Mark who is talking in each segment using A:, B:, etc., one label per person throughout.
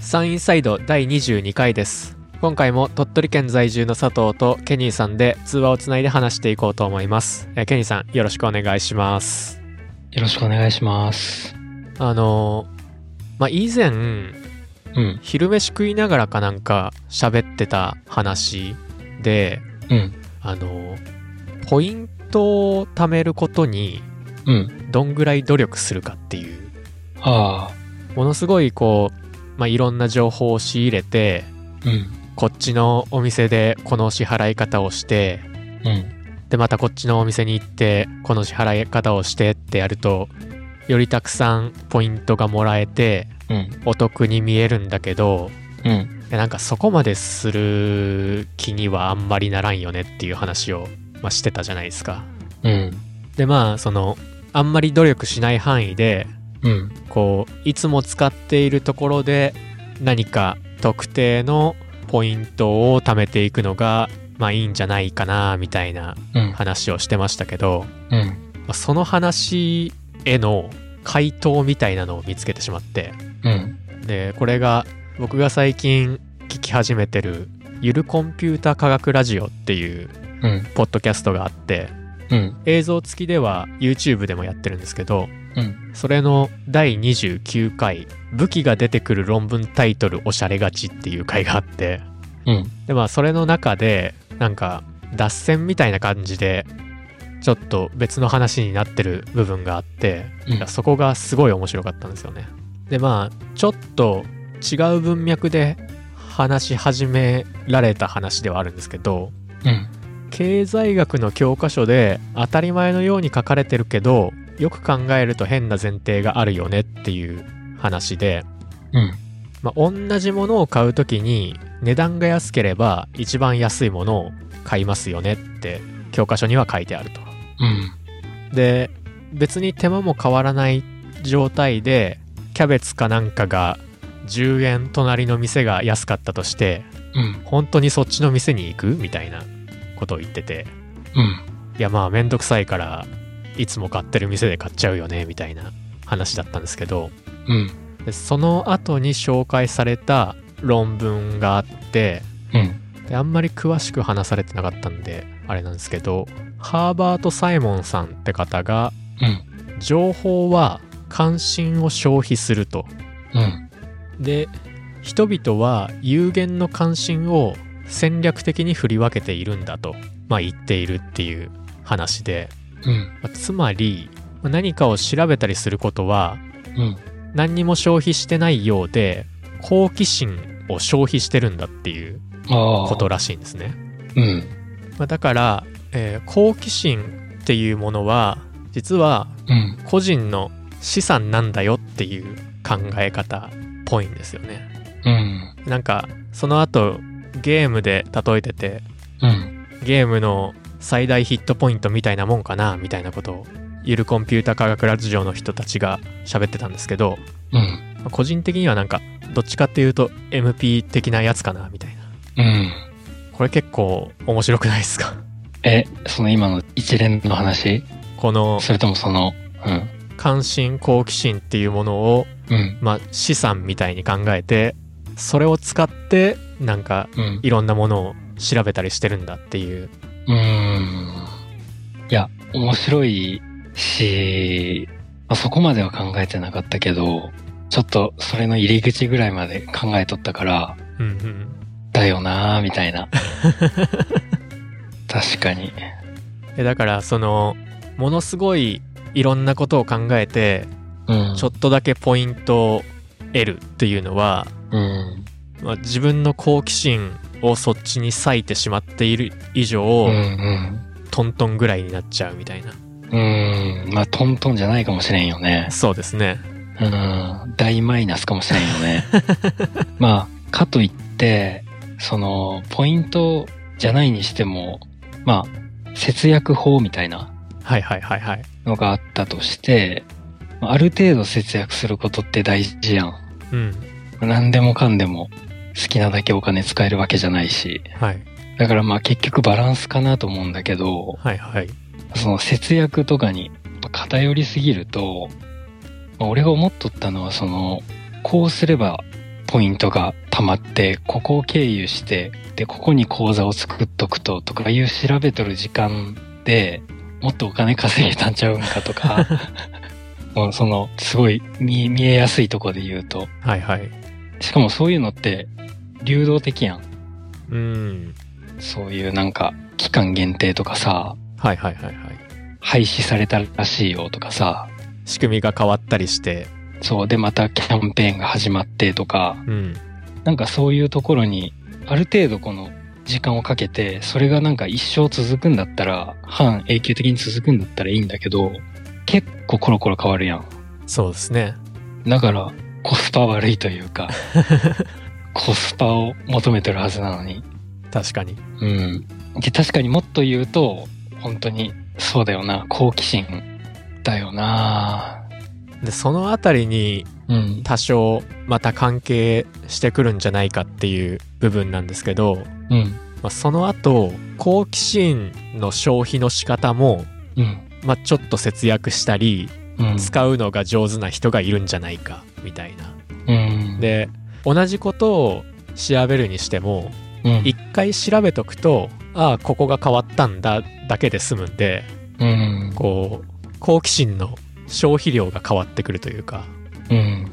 A: サンインサイド第22回です今回も鳥取県在住の佐藤とケニーさんで通話をつないで話していこうと思いますえーケニーさんよろしくお願いします
B: よろしくお願いします。
A: あのーまあ以前
B: うん、
A: 昼飯食いながらかなんか喋ってた話で
B: うん、
A: あのーポイントを貯めることに
B: うん。
A: どんぐらい努力するかっていう
B: ああ、
A: ものすごいこう、まあ、いろんな情報を仕入れて
B: うん、
A: こっちのお店でこの支払い方をして
B: うん、
A: でまたこっちのお店に行ってこの支払い方をしてってやるとよりたくさんポイントがもらえて
B: うん、
A: お得に見えるんだけど
B: うん。
A: いやなんかそこまでする気にはあんまりならんよねっていう話を、まあ、してたじゃないですか。
B: うん、
A: でまあそのあんまり努力しない範囲で
B: うん、
A: こういつも使っているところで何か特定のポイントを貯めていくのがまあいいんじゃないかなみたいな
B: うん、
A: 話をしてましたけど、
B: うん、
A: まあその話への回答みたいなのを見つけてしまって
B: うん。
A: でこれが僕が最近聞き始めてる「ゆるコンピュータ科学ラジオ」っていう
B: うん、
A: ポッドキャストがあって
B: うん、
A: 映像付きでは YouTube でもやってるんですけど
B: うん。
A: それの第29回「武器が出てくる論文タイトルおしゃれ勝ち」っていう回があって
B: うん、
A: でまあそれの中でなんか脱線みたいな感じでちょっと別の話になってる部分があって
B: うん
A: いやそこがすごい面白かったんですよね。でまあちょっと違う文脈で話し始められた話ではあるんですけど
B: うん、
A: 経済学の教科書で当たり前のように書かれてるけどよく考えると変な前提があるよねっていう話で、
B: うん、
A: まあ、同じものを買う時に値段が安ければ一番安いものを買いますよねって教科書には書いてあると。
B: うん、
A: で別に手間も変わらない状態でキャベツかなんかが10円隣の店が安かったとして
B: うん、
A: 本当にそっちの店に行くみたいなことを言ってて。
B: うん、
A: いやまあめんどくさいからいつも買ってる店で買っちゃうよねみたいな話だったんですけど
B: うん、
A: でその後に紹介された論文があって
B: うん。
A: であんまり詳しく話されてなかったんであれなんですけどハーバート・サイモンさんって方が
B: うん、
A: 情報は関心を消費すると
B: うん、
A: で人々は有限の関心を戦略的に振り分けているんだと、まあ、言っているっていう話で
B: うん、
A: まあつまりまあ何かを調べたりすることは
B: うん、
A: 何にも消費してないようで好奇心を消費してるんだっていう
B: ああ。
A: ことらしいんですね、
B: うん、
A: まあ、だから、えー好奇心っていうものは実は
B: うん、
A: 個人の資産なんだよっていう考え方っぽいんですよね
B: うん、
A: なんかその後ゲームで例えてて
B: うん、
A: ゲームの最大ヒットポイントみたいなもんかなみたいなことをゆるコンピュータ科学ラジオの人たちが喋ってたんですけど
B: うん、
A: まあ個人的にはなんかどっちかっていうと MP 的なやつかなみたいな
B: うん。
A: これ結構面白くないですか
B: え、その今の一連の話
A: この
B: それともその、うん、
A: 関心好奇心っていうものを、
B: うん、
A: まあ、資産みたいに考えてそれを使ってなんか
B: うん。
A: いろんなものを調べたりしてるんだっていう
B: うーん。いや、面白いし、まあ、そこまでは考えてなかったけど、ちょっとそれの入り口ぐらいまで考えとったから、
A: うんうん
B: だよなーみた いな。確かに。
A: えだからそのものすごいいろんなことを考えて
B: うん。
A: ちょっとだけポイントを得るっていうのは、
B: うん。
A: まあ、自分の好奇心をそっちに割いてしまっている以上、
B: うん
A: トントンぐらいになっちゃうみたいな
B: うん。うん。まあ、トントンじゃないかもしれんよね。
A: そうですね
B: うん。大マイナスかもしれんよね。まあ、かといって、その、ポイントじゃないにしても、まあ、節約法みたいな。
A: はいはいはいはい
B: のがあったとして、まあある程度節約することって大事やん。
A: うん
B: 何でもかんでも好きなだけお金使えるわけじゃないし。
A: はい
B: だからまあ結局バランスかなと思うんだけど、
A: はいはい
B: その節約とかに偏りすぎると、まあ俺が思っとったのはその、こうすればポイントが溜まって、ここを経由して、で、ここに口座を作っとくと、とかいう調べとる時間で、もっとお金稼げたんちゃうんかとか、もうその、すごい見え見えやすいとこで言うと、
A: はいはい。
B: しかもそういうのって、流動的やん。
A: うん。
B: そういうなんか、期間限定とかさ、
A: はいはいはいはい。
B: 廃止されたらしいよとかさ、
A: 仕組みが変わったりして、
B: そうでまたキャンペーンが始まってとか、
A: うん。
B: なんかそういうところに、ある程度この時間をかけて、それがなんか一生続くんだったら、半永久的に続くんだったらいいんだけど、結構コロコロ変わるやん。
A: そうですね。
B: だから、コスパ悪いというか、コスパを求めてるはずなのに。
A: 確かに。
B: うん。で、確かにもっと言うと、本当に、そうだよな、好奇心だよな
A: で、そのあたりに
B: うん。
A: 多少また関係してくるんじゃないかっていう部分なんですけど、
B: うん。
A: まあ、その後、好奇心の消費の仕方も、
B: うん。
A: まあ、ちょっと節約したり、
B: うん。
A: 使うのが上手な人がいるんじゃないか、みたいな。
B: うん。
A: で、同じことを調べるにしても、
B: うん、
A: 一回調べとくと、ああ、ここが変わったんだ、だけで済むんで、
B: うん。
A: こう、好奇心の消費量が変わってくるというか、
B: うん。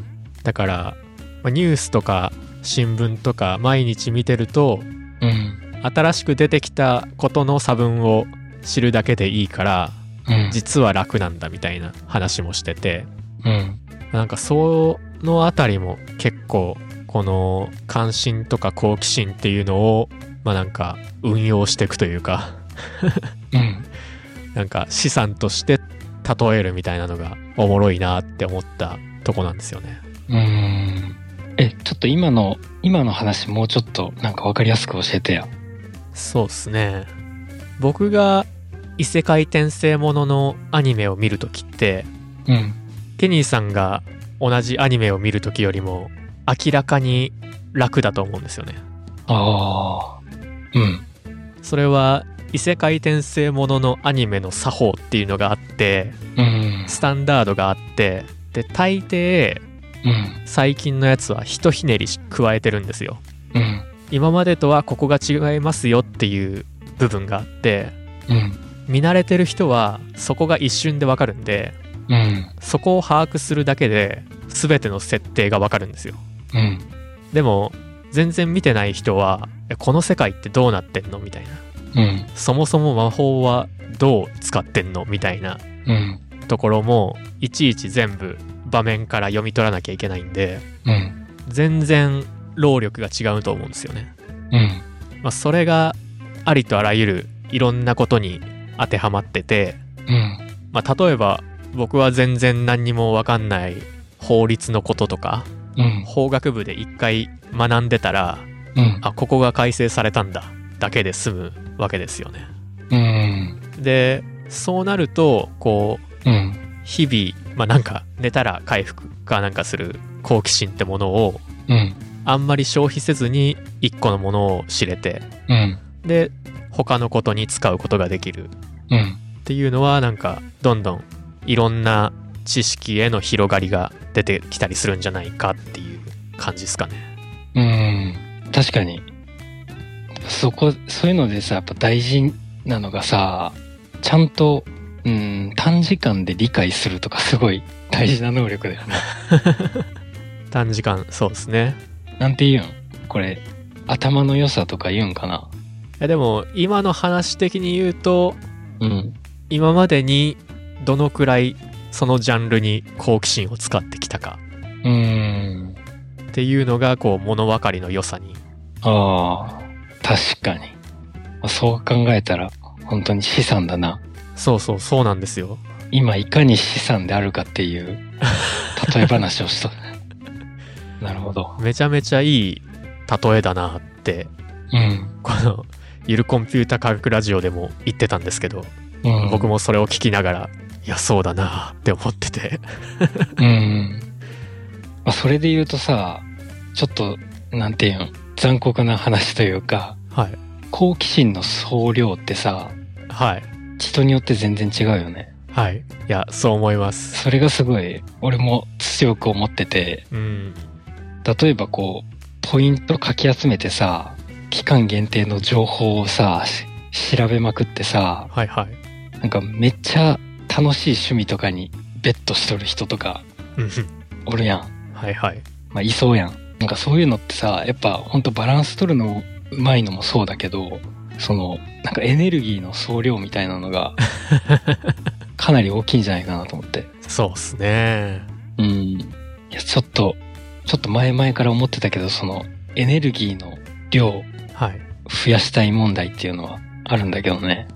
A: だから、まあニュースとか新聞とか毎日見てると、
B: うん。
A: 新しく出てきたことの差分を知るだけでいいから、
B: うん。
A: 実は楽なんだみたいな話もしてて、
B: うん。
A: なんかそのあたりも結構この関心とか好奇心っていうのをまあなんか運用していくというか
B: うん。
A: なんか資産として例えるみたいなのがおもろいなって思ったとこなんですよね。
B: うん。え、ちょっと今の、今の話もうちょっとなんかわかりやすく教えてや。
A: そうっすね。僕が異世界転生もののアニメを見るときって
B: うん。
A: ケニーさんが同じアニメを見るときよりも明らかに楽だと思うんですよね。
B: ああ。うん。
A: それは異世界転生もののアニメの作法っていうのがあって
B: うん。
A: スタンダードがあってで大抵
B: うん。
A: 最近のやつはひとひねり加えてるんですよ
B: うん。
A: 今までとはここが違いますよっていう部分があって
B: うん。
A: 見慣れてる人はそこが一瞬でわかるんで
B: うん。
A: そこを把握するだけで全ての設定がわかるんですよ
B: うん。
A: でも全然見てない人はえこの世界ってどうなってんのみたいな
B: うん。
A: そもそも魔法はどう使ってんのみたいな
B: うん。
A: ところもいちいち全部場面から読み取らなきゃいけないんで
B: うん。
A: 全然労力が違うと思うんですよね。
B: うん。
A: まあ、それがありとあらゆるいろんなことに当てはまってて、
B: うん。
A: まあ、例えば僕は全然何にも分かんない法律のこととか
B: うん。
A: 法学部で一回学んでたら
B: うん。
A: あここが改正されたんだだけで済むわけですよね。
B: うん。
A: でそうなるとこう
B: うん。
A: 日々、まあ、なんか寝たら回復かなんかする好奇心ってものを
B: うん。
A: あんまり消費せずに一個のものを知れて
B: うん。
A: で他のことに使うことができるっ
B: うん。
A: ていうのはなんかどんどんいろんな知識への広がりが出てきたりするんじゃないかっていう感じですかね。
B: うん。確かに。そこ、そういうのでさ、やっぱ大事なのがさ、ちゃんと、うん、短時間で理解するとかすごい大事な能力だよね。
A: 短時間そうですね。
B: なんて言うんこれ、頭の良さとか言うんかない
A: やでも今の話的に言うと
B: うん。
A: 今までにどのくらいそのジャンルに好奇心を使ってきたか
B: うん。
A: っていうのがこう物分かりの良さに
B: ああ、確かに。そう考えたら、本当に資産だな。
A: そうそうそうなんですよ
B: 今いかに資産であるかっていう例え話を した。なるほど。
A: めちゃめちゃいい例えだなって
B: うん。
A: このゆるコンピュータ科学ラジオでも言ってたんですけど、
B: うん、
A: 僕。もそれを聞きながらいやそうだなって思ってて
B: うん。まあ、それで言うとさ、ちょっと、なんていうん、残酷な話というか、
A: はい
B: 好奇心の総量ってさ、
A: はい
B: 人によって全然違うよね。
A: はいいやそう思います
B: それがすごい、俺も強く思ってて、
A: うん
B: 例えばこう、ポイントかき集めてさ、期間限定の情報をさ、し調べまくってさ、
A: はいはい。
B: なんかめっちゃ楽しい趣味とかにベットしとる人とか
A: うんうん
B: おるやん。
A: はいはい。
B: まあいそうやん。なんかそういうのってさ、やっぱほんとバランス取るのうまいのもそうだけど、その、なんかエネルギーの総量みたいなのが、かなり大きいんじゃないかなと思って。
A: そうっすね。
B: うん。いや、ちょっと、ちょっと前々から思ってたけど、その、エネルギーの量を
A: はい。
B: 増やしたい問題っていうのはあるんだけどね。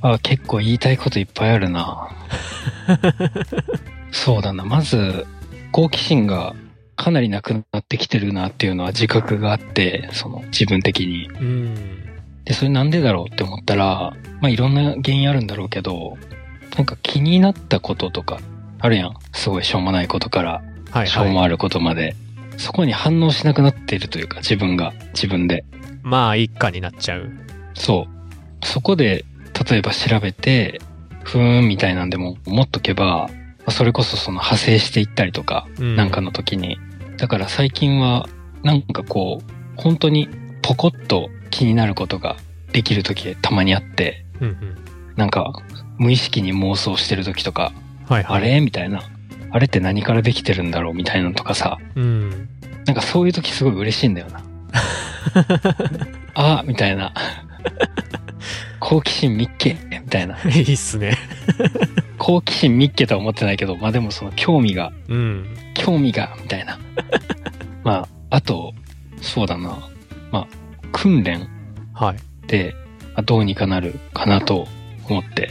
B: あ、結構言いたいこといっぱいあるな。そうだな。まず、好奇心がかなりなくなってきてるなっていうのは自覚があって、その、自分的に。
A: うん。
B: で、それなんでだろうって思ったら、まあ、いろんな原因あるんだろうけど、なんか気になったこととか、あるやん。すごいしょうもないことから、
A: はい
B: しょうも
A: は
B: あることまで。そこに反応しなくなっているというか、自分が、自分で。
A: い。まあ、一家になっちゃう。
B: そう。そこで、例えば調べて、ふーんみたいなんでも思っとけば、まあそれこそその派生していったりとか、
A: うん
B: なんかの時に。だから最近は、なんかこう、本当にポコッと気になることができる時たまにあって、
A: うんうん。
B: なんか無意識に妄想してる時とか、
A: はいはい。
B: あれみたいな。あれって何からできてるんだろうみたいなのとかさ、
A: うん。
B: なんかそういう時すごい嬉しいんだよな。あみたいな。好奇心みっけみたいな。
A: いいっすね。
B: 好奇心みっけとは思ってないけど、まあでもその興味が、
A: うん。
B: 興味が、みたいな。 まあ、あと、そうだな。まあ、訓練
A: はい。
B: で、まあどうにかなるかなと思って。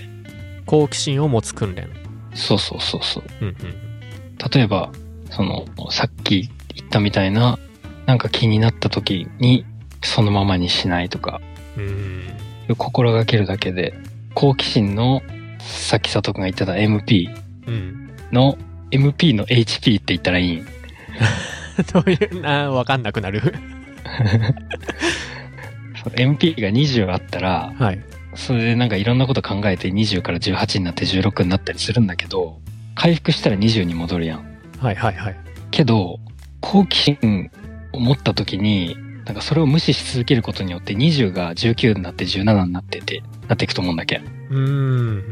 A: 好奇心を持つ訓練。
B: そうそうそうそう。
A: うんうん。
B: 例えば、その、さっき言ったみたいな、なんか気になった時に、そのままにしないとか、
A: うん。
B: 心がけるだけで、好奇心の、さっき佐藤くんが言ってた MP
A: うん。
B: の、MP の HP って言ったらいいん
A: どういう、な、わかんなくなる。
B: そう MP が20あったら、
A: はい。
B: それでなんかいろんなこと考えて20から18になって16になったりするんだけど、回復したら20に戻るやん。
A: はいはいはい。
B: けど、好奇心を持った時に、なんかそれを無視し続けることによって20が19になって17になってて、なっていくと思うんだけ
A: うん。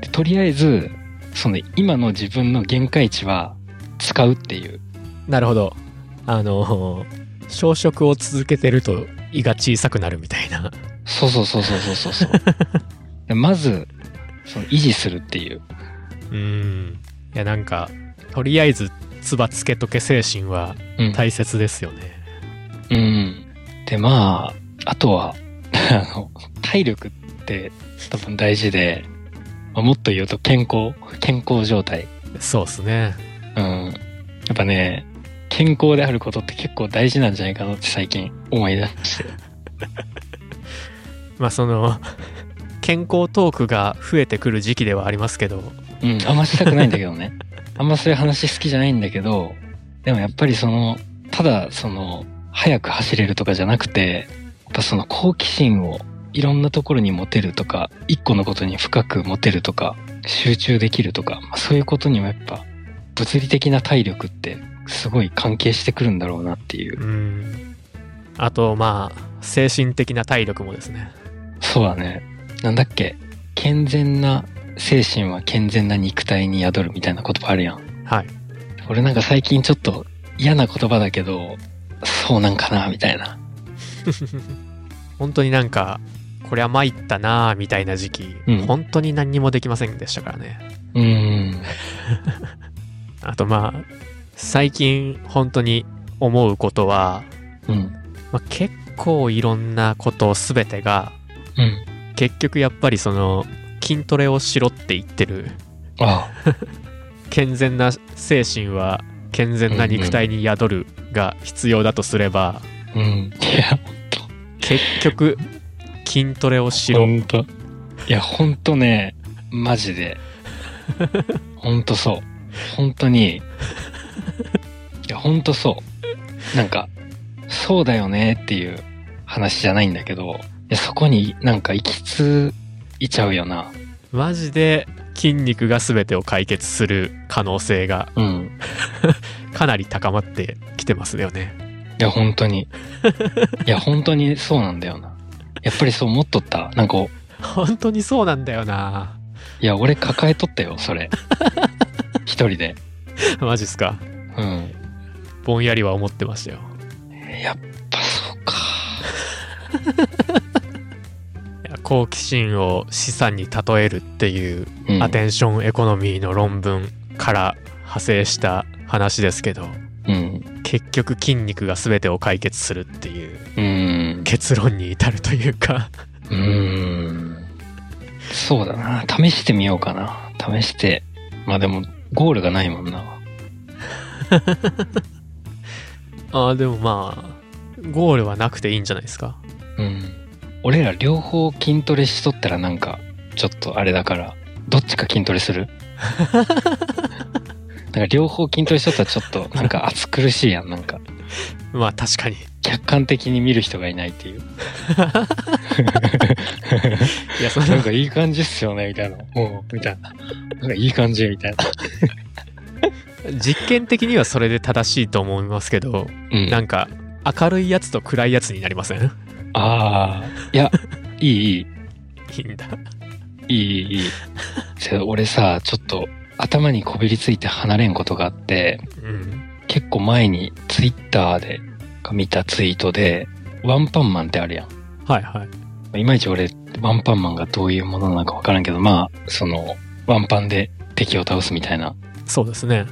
B: でとりあえず、その今の自分の限界値は使うっていう。
A: なるほど。あの、小食を続けてると胃が小さくなるみたいな。
B: そうそうそうそうそうそうそう。でまず、その維持するっていう。
A: うん。いや、なんか、とりあえず、つばつけとけ精神は
B: うん
A: 大切ですよね。
B: うん。で、まあ、あとは、 あの、体力って多分大事で、まあもっと言うと健康、健康状態。
A: そうっすね。
B: うん。やっぱね、健康であることって結構大事なんじゃないかなって最近思い出して。
A: まあ、その、健康トークが増えてくる時期ではありますけど、
B: うん、あんましたくないんだけどね。あんまそういう話好きじゃないんだけど、でもやっぱりその、ただその、早く走れるとかじゃなくて、やっぱその好奇心をいろんなところに持てるとか、一個のことに深く持てるとか、集中できるとか、まあ、そういうことにもやっぱ、物理的な体力ってすごい関係してくるんだろうなっていう
A: う。ん。あと、まあ、精神的な体力もですね。
B: そうだね。なんだっけ、健全な精神は健全な肉体に宿るみたいな言葉あるやん。
A: はい。
B: 俺なんか最近ちょっと嫌な言葉だけど、そうなんかなみたいな。
A: 本当になんか、これは参ったなあみたいな時期、
B: うん
A: 本当に何にもできませんでしたからね。
B: うーん。
A: あとまあ、最近本当に思うことは、
B: うん。
A: まあ、結構いろんなことすべてが、
B: うん。
A: 結局やっぱりその、筋トレをしろって言ってる、
B: ああ
A: 健全な精神は健全な肉体に宿るが必要だとすれば、
B: うん。いや、
A: 結局、筋トレをしろ
B: ほ。んと。いや、ほんとね、マジ で。ほんとそう。ほんとに。いや、ほんとそう。なんか、そうだよねっていう話じゃないんだけど、いやそこになんか行き着いちゃうよな。
A: マジで筋肉が全てを解決する可能性が
B: うん。
A: かなり高まってきてますよね。
B: いや、本当に。いや、本当にそうなんだよな。やっぱりそう思っとった。なんか、
A: 本当にそうなんだよな。
B: いや、俺抱えとったよ、それ。一人で。
A: マジっすか。
B: うん。
A: ぼんやりは思ってましたよ。
B: やっぱそうか。
A: いや好奇心を資産に例えるっていう
B: うん
A: アテンションエコノミーの論文から派生した話ですけど
B: うん。
A: 結局筋肉が全てを解決するっていう
B: うん。
A: 結論に至るというか
B: うん。そうだな。試してみようかな。試して。まあでも、ゴールがないもんな。
A: あーでもまあゴールはなくていいんじゃないですか
B: うん。俺ら両方筋トレしとったらなんか、ちょっとあれだから、どっちか筋トレ するなんか両方筋トレしとったらちょっと、なんか暑苦しいやん。なんか、
A: まあ確かに
B: 客観的に見る人がいないっていう。
A: いやそん
B: なん
A: な
B: かいい感じっすよね、みたいな。もう、みたいな。なんかいい感じ、みたいな。
A: 実験的にはそれで正しいと思いますけど
B: うん
A: なんか明るいやつと暗いやつになりません
B: ああ、いや、いい、いい。
A: いいんだ
B: いいいいいい。せや俺さ、ちょっと頭にこびりついて離れんことがあって、
A: うん
B: 結構前にツイッターで見たツイートで、ワンパンマンってあるや
A: はいはい
B: ん。いまいち俺、ワンパンマンがどういうものなのかわからんけど、まあ、その、ワンパンで敵を倒すみたいな。
A: そうですね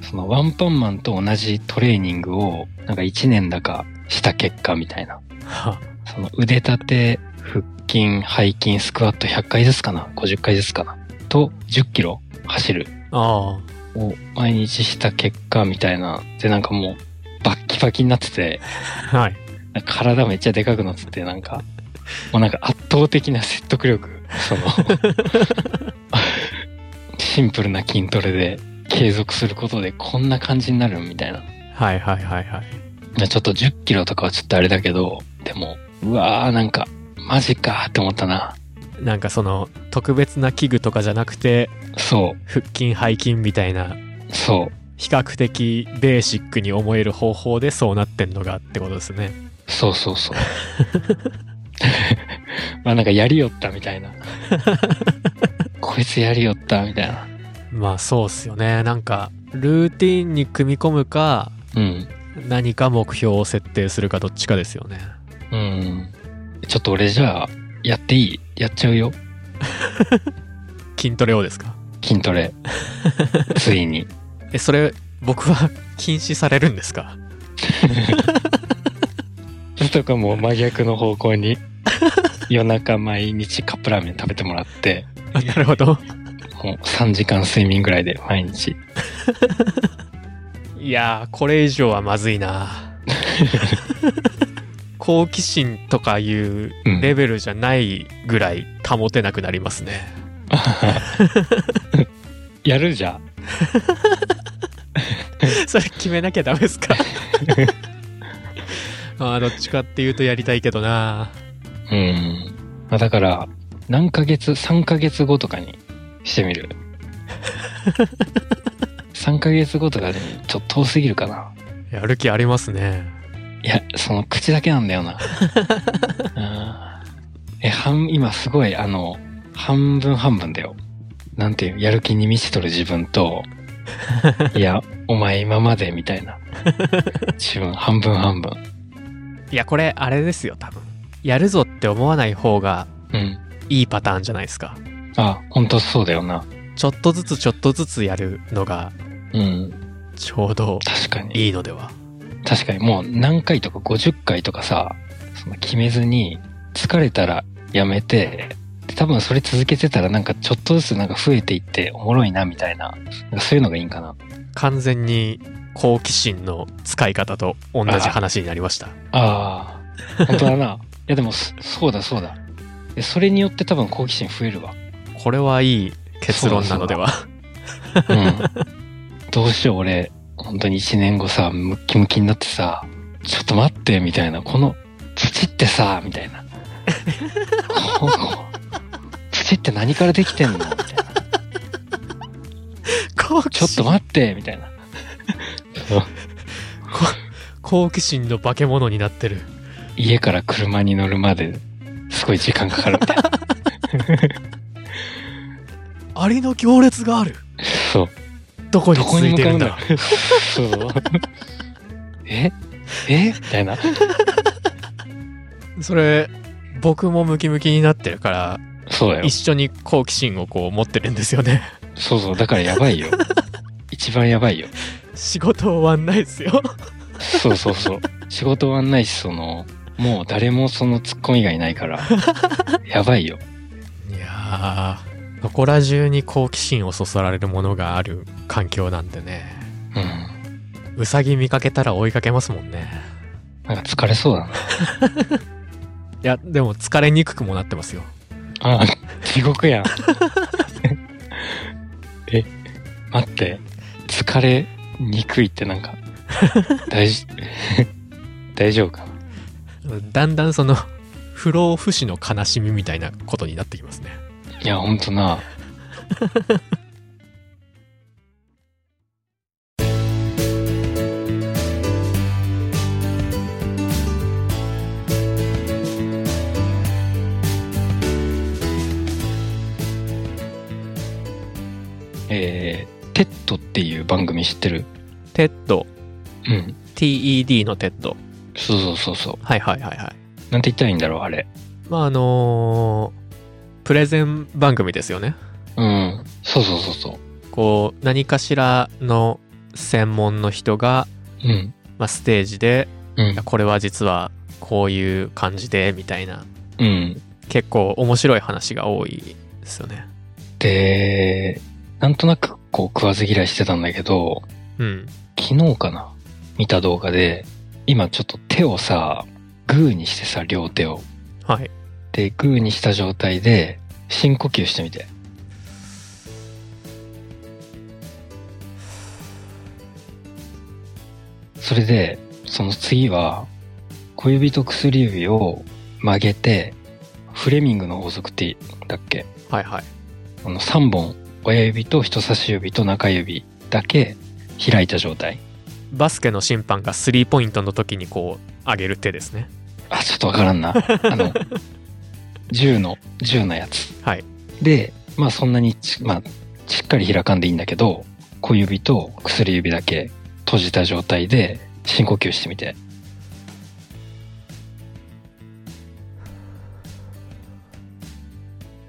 B: そのワンパンマンと同じトレーニングを、なんか1年だかした結果みたいな。
A: は
B: その腕立て、腹筋、背筋、スクワット100回ずつかな ?50 回ずつかなと、10キロ走る。
A: あ
B: を毎日した結果みたいな。で、なんかもう、バッキバキになってて、
A: あはい
B: なんか体めっちゃでかくなってて、なんか、もうなんか圧倒的な説得力。その、シンプルな筋トレで継続することでこんな感じになるみたいな。
A: はいはいはいはい
B: まあちょっと10キロとかはちょっとあれだけど、でも、うわーなんか、マジかーって思ったな。
A: なんかその特別な器具とかじゃなくて
B: そ
A: 腹筋背筋みたいな
B: う、そう。
A: 比較的ベーシックに思える方法でそうなってんのがってことですね
B: そうそうそう。 まあなんかやりよったみたいな。こいつやりよったみたいな。
A: まあそうっすよねなんかルーティンに組み込むか
B: うん。
A: 何か目標を設定するかどっちかですよね
B: うん。ちょっと俺じゃあ、やっていいやっちゃうよ。
A: 筋トレをですか
B: 筋ト レ。ついに。
A: えそれ僕は 禁止されるんですか
B: とかもう真逆の方向 に。夜中毎日カップラーメン食べてもらって、
A: あなるほど
B: もう3時間睡眠ぐらいで毎日。
A: いやーこれ以上はまずいな好奇心とかいう
B: うん
A: レベルじゃないぐらい保てなくなりますね
B: やるじゃん。
A: それ決めなきゃダメ ですかあーどっちかっていうとやりたいけどな
B: うん。まあだから、何ヶ月、3ヶ月後とかにしてみ る。3ヶ月後とかでもちょっと遠すぎるかな。
A: やる気ありますね
B: いや、その口だけなんだよな。うんえ、半、今すごい、あの、半分半分だよ。なんていう、やる気に満ちとる自分と、いや、お前今までみたいな。自分半分半分。
A: いやこれあれですよ多分やるぞって思わない方が
B: うん。
A: いいパターンじゃないですか
B: あ、本当そうだよな。
A: ちょっとずつちょっとずつやるのが
B: うん。
A: ちょうど
B: 確かに。
A: いいのでは
B: 確かにもう何回とか50回とかさ、その決めずに、疲れたらやめて、で多分それ続けてたらなんかちょっとずつなんか増えていっておもろいなみたいな、なんかそういうのがいいんかな。
A: 完全に好奇心の使い方と同じ話になりました
B: ああ、本当だな。いやでもそそうだそうだ。でそれによって多分好奇心増えるわ。
A: これはいい結論なのでは
B: うん。どうしよう俺、本当に1年後さ、ムッキムキになってさ、ちょっと待って、みたいな。この土ってさ、みたいな。こう土って何からできてんのみたいな。
A: 好
B: ちょ
A: 奇
B: っと
A: 心
B: 待ってみたいな。
A: 好奇心の化け物になってる
B: 家から車に乗るまですごい時間かかるみたいな。
A: アリの行列がある
B: そう。
A: どこに
B: どこ
A: 続
B: に
A: い
B: 向
A: て
B: か
A: る
B: うんん
A: だ
B: だろう。そう。ええみたいな。
A: それ僕もムキムキになってるから
B: そうだよ
A: 一。緒に好奇心をこう持ってるんですよね
B: そうそう。だからやばいよ。一番やばいよ。
A: 仕事終わんないですよ
B: そうそうそう。仕事終わんないし、その、もう誰もそのツッコミがいないから。やばいよ。
A: いやーそこら中に好奇心をそそられるものがある環境なんでね
B: うん。
A: うさぎ見かけたら追いかけますもんね
B: なんか疲れそうだな。
A: いやでも疲れにくくもなってますよ
B: ああ、地獄やん。え、待って。疲れにくいってなんか、大事、 大丈夫かな。
A: だんだんその 不老不死の悲しみみたいなことになってきますね
B: いや、ほんとな。えー、テッドっていう番組知ってる
A: テッド
B: うん。
A: TED のテッド
B: そうそうそうそう。
A: はいはいはいはい
B: なんて言ったらいいんだろう、あれ。
A: まああのープレゼン番組ですよね
B: うん。そうそうそうそ
A: こう何かしらの専門の人が、
B: う。うん。
A: まあ、ステージで
B: うん
A: いや。これは実はこういう感じでみたいな
B: うん。
A: 結構面白い話が多いですよね
B: で、なんとなくこう食わず嫌いしてたんだけど、
A: うん
B: 昨日かな見た動画で、今ちょっと手をさ、グーにしてさ、両手を。
A: はい
B: で、グーにした状態で、深呼吸してみて。それで、その次は、小指と薬指を曲げて、フレミングの法則ってだっけ
A: はいはい
B: あの3本親指と人差し指と中指だけ開いた状態
A: バスケの審判がスリーポイントの時にこう上げる手ですね
B: あちょっとわからんなあの10の10のやつ
A: はい
B: でまあそんなにち,、まあ、しっかり開かんでいいんだけど小指と薬指だけ閉じた状態で深呼吸してみて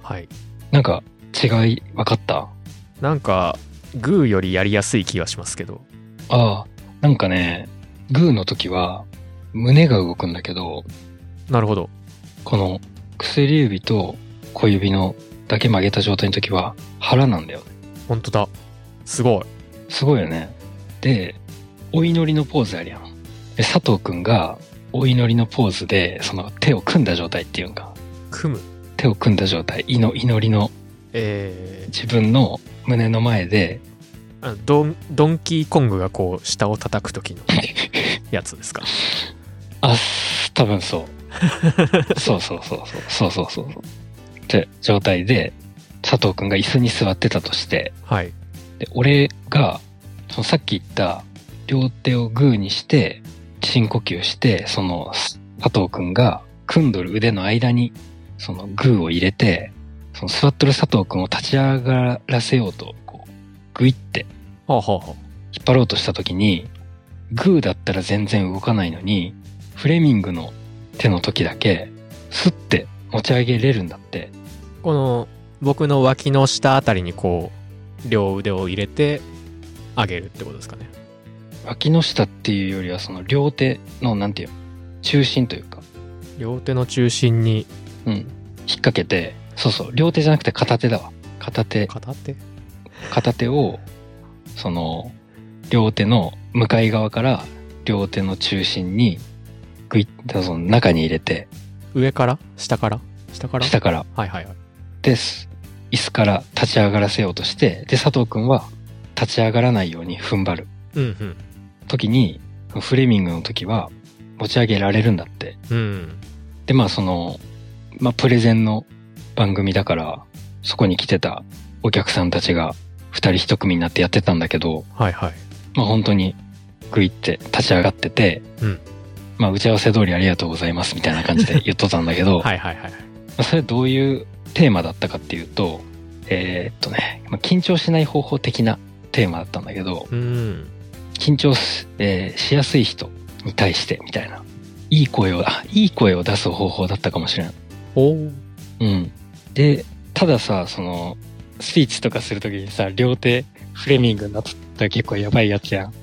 A: はい
B: なんか違い分かった
A: なんかグーよりやりやすい気はしますけど
B: ああなんかねグーの時は胸が動くんだけど
A: なるほど
B: この薬指と小指のだけ曲げた状態の時は腹なんだよ
A: 本当だすごい
B: すごいよね。で、お祈りのポーズあるやん。で、佐藤くんが、お祈りのポーズで、その手を組んだ状態っていうんか、
A: 組む
B: 手を組んだ状態、いの祈りの
A: えー
B: 自分の胸の前で、
A: あのドンドンキーコングがこう下を叩く時のやつですか
B: あ、す多分そう。そうそうそうそう、そうそうそうそう。って状態で、佐藤くんが椅子に座ってたとして、
A: はい
B: で、俺が、そのさっき言った、両手をグーにして、深呼吸して、その、す佐藤くんが、組んどる腕の間に、そのグーを入れて、その座っとる佐藤くんを立ち上がらせようと、こう、グイって
A: はあはあはあ
B: 引っ張ろうとした時に、グーだったら全然動かないのに、フレミングの手の時だけ、スッて持ち上げれるんだって。
A: この僕の脇の下あたりにこう両腕を入れて上げるってことですかね
B: 脇の下っていうよりは、その両手の、なんていうの、中心というか、
A: 両手の中心に
B: うん。引っ掛けて、そうそう、両手じゃなくて片手だわ。片手、
A: 片手
B: 片手を、その、両手の向かい側から両手の中心に、グイッとその中に入れて、
A: 上から下から下から
B: 下から、
A: はいはいはい
B: です。椅子から立ち上がらせようとして、で、佐藤くんは立ち上がらないように踏ん張る。
A: うんうん
B: 時に、フレミングの時は持ち上げられるんだって。
A: うん
B: で、まあその、まあプレゼンの番組だから、そこに来てたお客さんたちが、二人一組になってやってたんだけど、
A: はいはい。
B: まあ本当にグイって立ち上がってて、
A: うん
B: まあ打ち合わせ通りありがとうございますみたいな感じで言っとったんだけ ど、
A: はいはいはい。
B: まあそれどういうテーマだったかっていうと、えーっとね、まあ緊張しない方法的なテーマだったんだけど、
A: うん。
B: 緊張し,、えーしやすい人に対してみたいな、いい声を、あいい声を出す方法だったかもしれない。
A: おー
B: うん。で、たださ、その、スピーチとかするときにさ、両手フレミングになってたら結構やばいやつやん。
A: い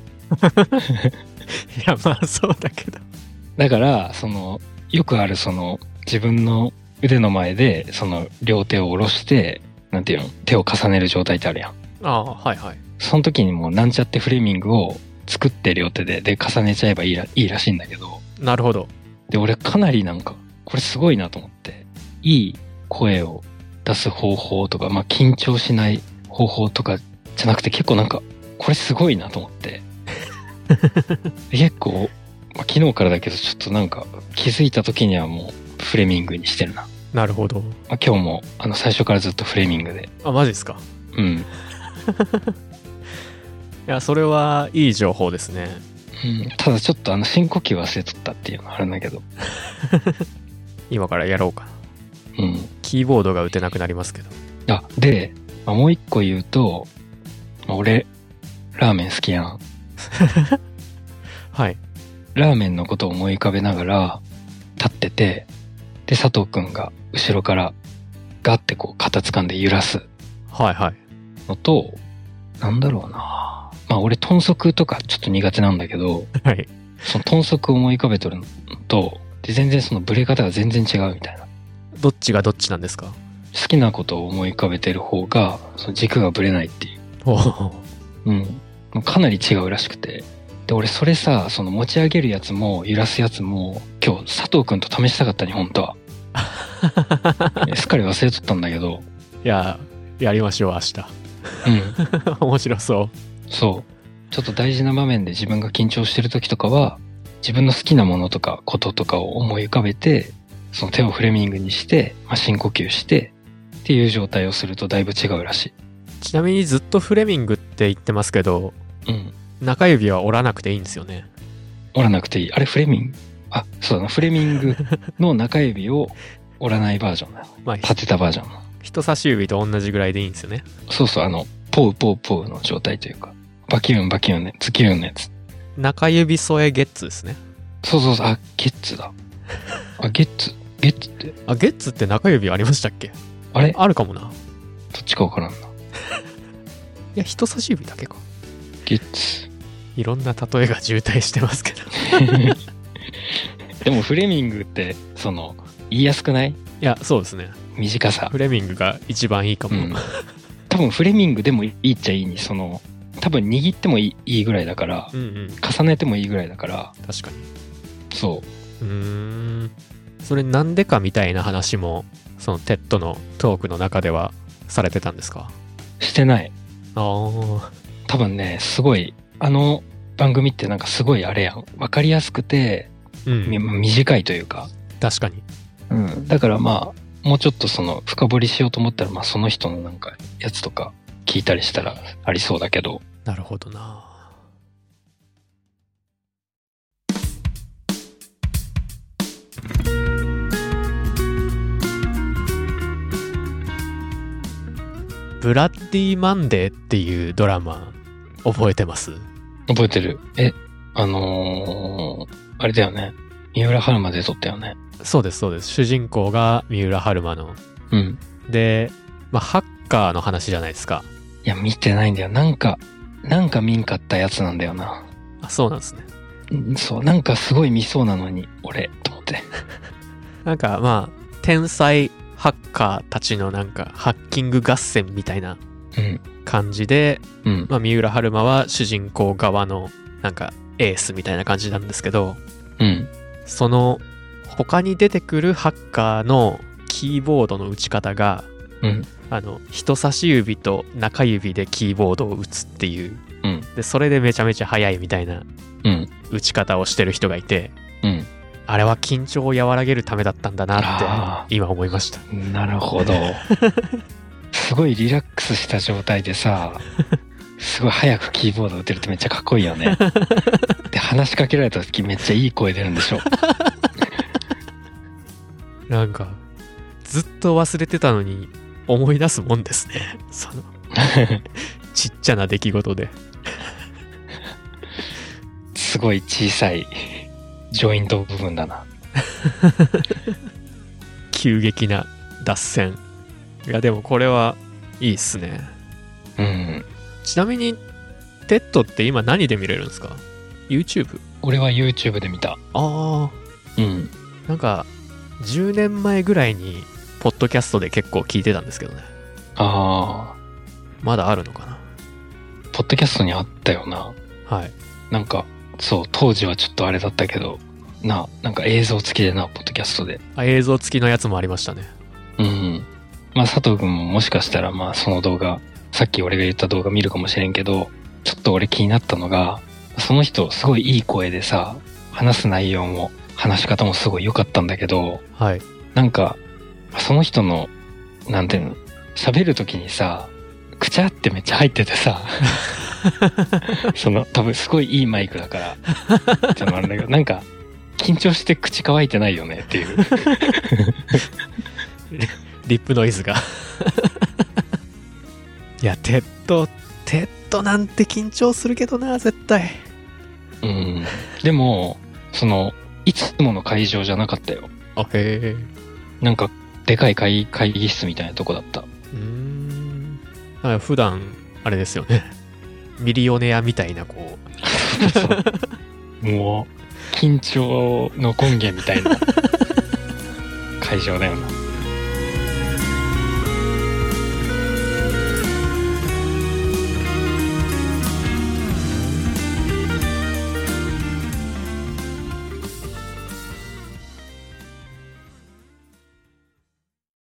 A: や、まあそうだけど。
B: だから、その、よくあるその、自分の腕の前で、その、両手を下ろして、なんていうの、手を重ねる状態ってあるやん。
A: ああ、はいはい。
B: その時にもうなんちゃってフレミングを作って両手で、で、重ねちゃえばいいらいいらしいんだけど、
A: なるほど。
B: で、俺かなりなんか、これすごいなと思って、いい声を出す方法とか、まあ緊張しない方法とかじゃなくて結構なんか、これすごいなと思って。で結構、まあ昨日からだけどちょっとなんか気づいた時にはもうフレミングにしてるな。
A: なるほど。
B: まあ今日もあの最初からずっとフレミングで。
A: あ、マジですか。
B: うん。
A: いや、それはいい情報ですね。
B: うん、ただちょっとあの深呼吸忘れとったっていうのはあるんだけど。
A: 今からやろうかな。
B: うん。
A: キーボードが打てなくなりますけど。
B: あ、で、まあもう一個言うと、まあ俺、ラーメン好きやん。
A: はい。
B: ラーメンのことを思い浮かべながら立ってて、で、佐藤くんが後ろからガッてこう肩掴んで揺らす
A: はいはい。
B: のと、なんだろうなまあ俺豚足とかちょっと苦手なんだけど、
A: はい。
B: その豚足を思い浮かべとるのと、で、全然そのブレ方が全然違うみたいな。
A: どっちがどっちなんですか
B: 好きなことを思い浮かべてる方が、その軸がブレないっていう。
A: おお。
B: うん。かなり違うらしくて。で、俺それさ、その持ち上げるやつも揺らすやつも、今日佐藤くんと試したかったに、本当は。すっかり忘れとったんだけど。
A: いや、やりましょう、明日。
B: うん。
A: 面白そう。
B: そう。ちょっと大事な場面で自分が緊張してる時とかは、自分の好きなものとかこととかを思い浮かべて、その手をフレミングにして、まあ、深呼吸して、っていう状態をするとだいぶ違うらし
A: ちなみにずっとフレミングって言ってますけど、
B: い。うん。
A: 中指は折らなくていいんですよね。
B: 折らなくていい。あれ、フレミングあ、そうだな。フレミングの中指を折らないバージョンだ。
A: まあ、ひ
B: 立てたバージョンの。
A: 人差し指と同じぐらいでいいんですよね。
B: そうそう、あの、ポウポウポウの状態というか、バキュンバキュンね、ズキュンのやつ。
A: 中指添えゲッツですね。
B: そうそうそう、あ、ゲッツだ。あ、ゲッツ、ゲッツって、
A: あ、ゲッツって中指ありましたっけ
B: あれど
A: あるかもな。
B: っちかわからんな。
A: いや、人差し指だけか。
B: ゲッツ。
A: いろんな例えが渋滞してますけど。い
B: でもフレミングって、その、言いやすくない
A: や、そうですね。
B: 短さ。
A: フレミングが一番いいか
B: う
A: も。
B: ん。多分フレミングでもいいっちゃいいに、その、多分握ってもいいいいぐらいだから、
A: うん、うん、
B: 重ねてもいいぐらいだから、
A: 確かに。
B: そう。
A: うーん。それなんでかみたいな話も、そのテッドのトークの中ではされてたんですか
B: してない
A: ああ。
B: 多分ねすごいあの番組ってなんかすごいあれやん分かりやすくて、
A: う
B: み
A: ん。
B: 短いというか、
A: 確かに。
B: うん、だからまあもうちょっとその深掘りしようと思ったら、まあ、その人のなんかやつとか聞いたりしたらありそうだけど
A: なるほどな。ブラッディ・マンデーっていうドラマ覚えてます
B: 覚えてるえあのー、あれだよね三浦春馬で撮ったよね
A: そうですそうです主人公が三浦春馬の
B: うん
A: で、まあ、ハッカーの話じゃないですか
B: いや見てないんだよなんかなんか見んかったやつなんだよな
A: あそうなんですね
B: うんそうなんかすごい見そうなのに俺と思って
A: なんかまあ天才ハッカーたちのなんかハッキング合戦みたいな
B: うん
A: 感じで、
B: うん
A: まあ、三浦春馬は主人公側のなんかエースみたいな感じなんですけど
B: うん
A: その他に出てくるハッカーのキーボードの打ち方が
B: うん
A: あの人差し指と中指でキーボードを打つっていう、
B: うん
A: でそれでめちゃめちゃ速いみたいな
B: うん
A: 打ち方をしてる人がいて
B: うん
A: あれは緊張を和らげるためだったんだな
B: あ
A: って今思いました
B: なるほど。すごいリラックスした状態でさ、すごい早くキーボード打てるってめっちゃかっこいいよ ね。で、話しかけられた時めっちゃいい声出るんでしょ。
A: なんか、ずっと忘れてたのに思い出すもんですね。そ の、ちっちゃな出来事で。
B: すごい小さいジョイント部分だな。
A: 急激な脱線。いや、でもこれはいいっすね。
B: うん。
A: ちなみに、テッドって今何で見れるんですか ?YouTube?
B: 俺は YouTube で見た。
A: ああ、
B: うん。
A: なんか、10年前ぐらいに、ポッドキャストで結構聞いてたんですけどね。
B: あ
A: まだあるのかな
B: あ、ポッドキャストにあったよな。
A: はい。
B: なんか、そう、当時はちょっとあれだったけど、な、なんか映像付きでな、ポッドキャストで。
A: あ映像付きのやつもありましたね。
B: うん。まあ、佐藤くんももしかしたら、まあ、その動画、さっき俺が言った動画見るかもしれんけど、ちょっと俺気になったのが、その人、すごいいい声でさ、話す内容も、話し方もすごい良かったんだけど、
A: はい。
B: なんか、その人の、なんていうの、喋るときにさ、くちゃってめっちゃ入っててさ、その、多分すごいいいマイクだから、じゃあなんだけど、なんか、緊張して口乾いてないよねっていう。
A: リップノイズが。 いや、テッド、テッドなんて緊張するけどな、絶対。
B: うん。でも、その、いつもの会場じゃなかったよ。
A: あ、へえ。
B: なんか、でかい会会議室みたいなとこだった。
A: うーん。なんか普段、あれですよね。ミリオネアみたいな、こう、
B: もう、緊張の根源みたいな会場だよな。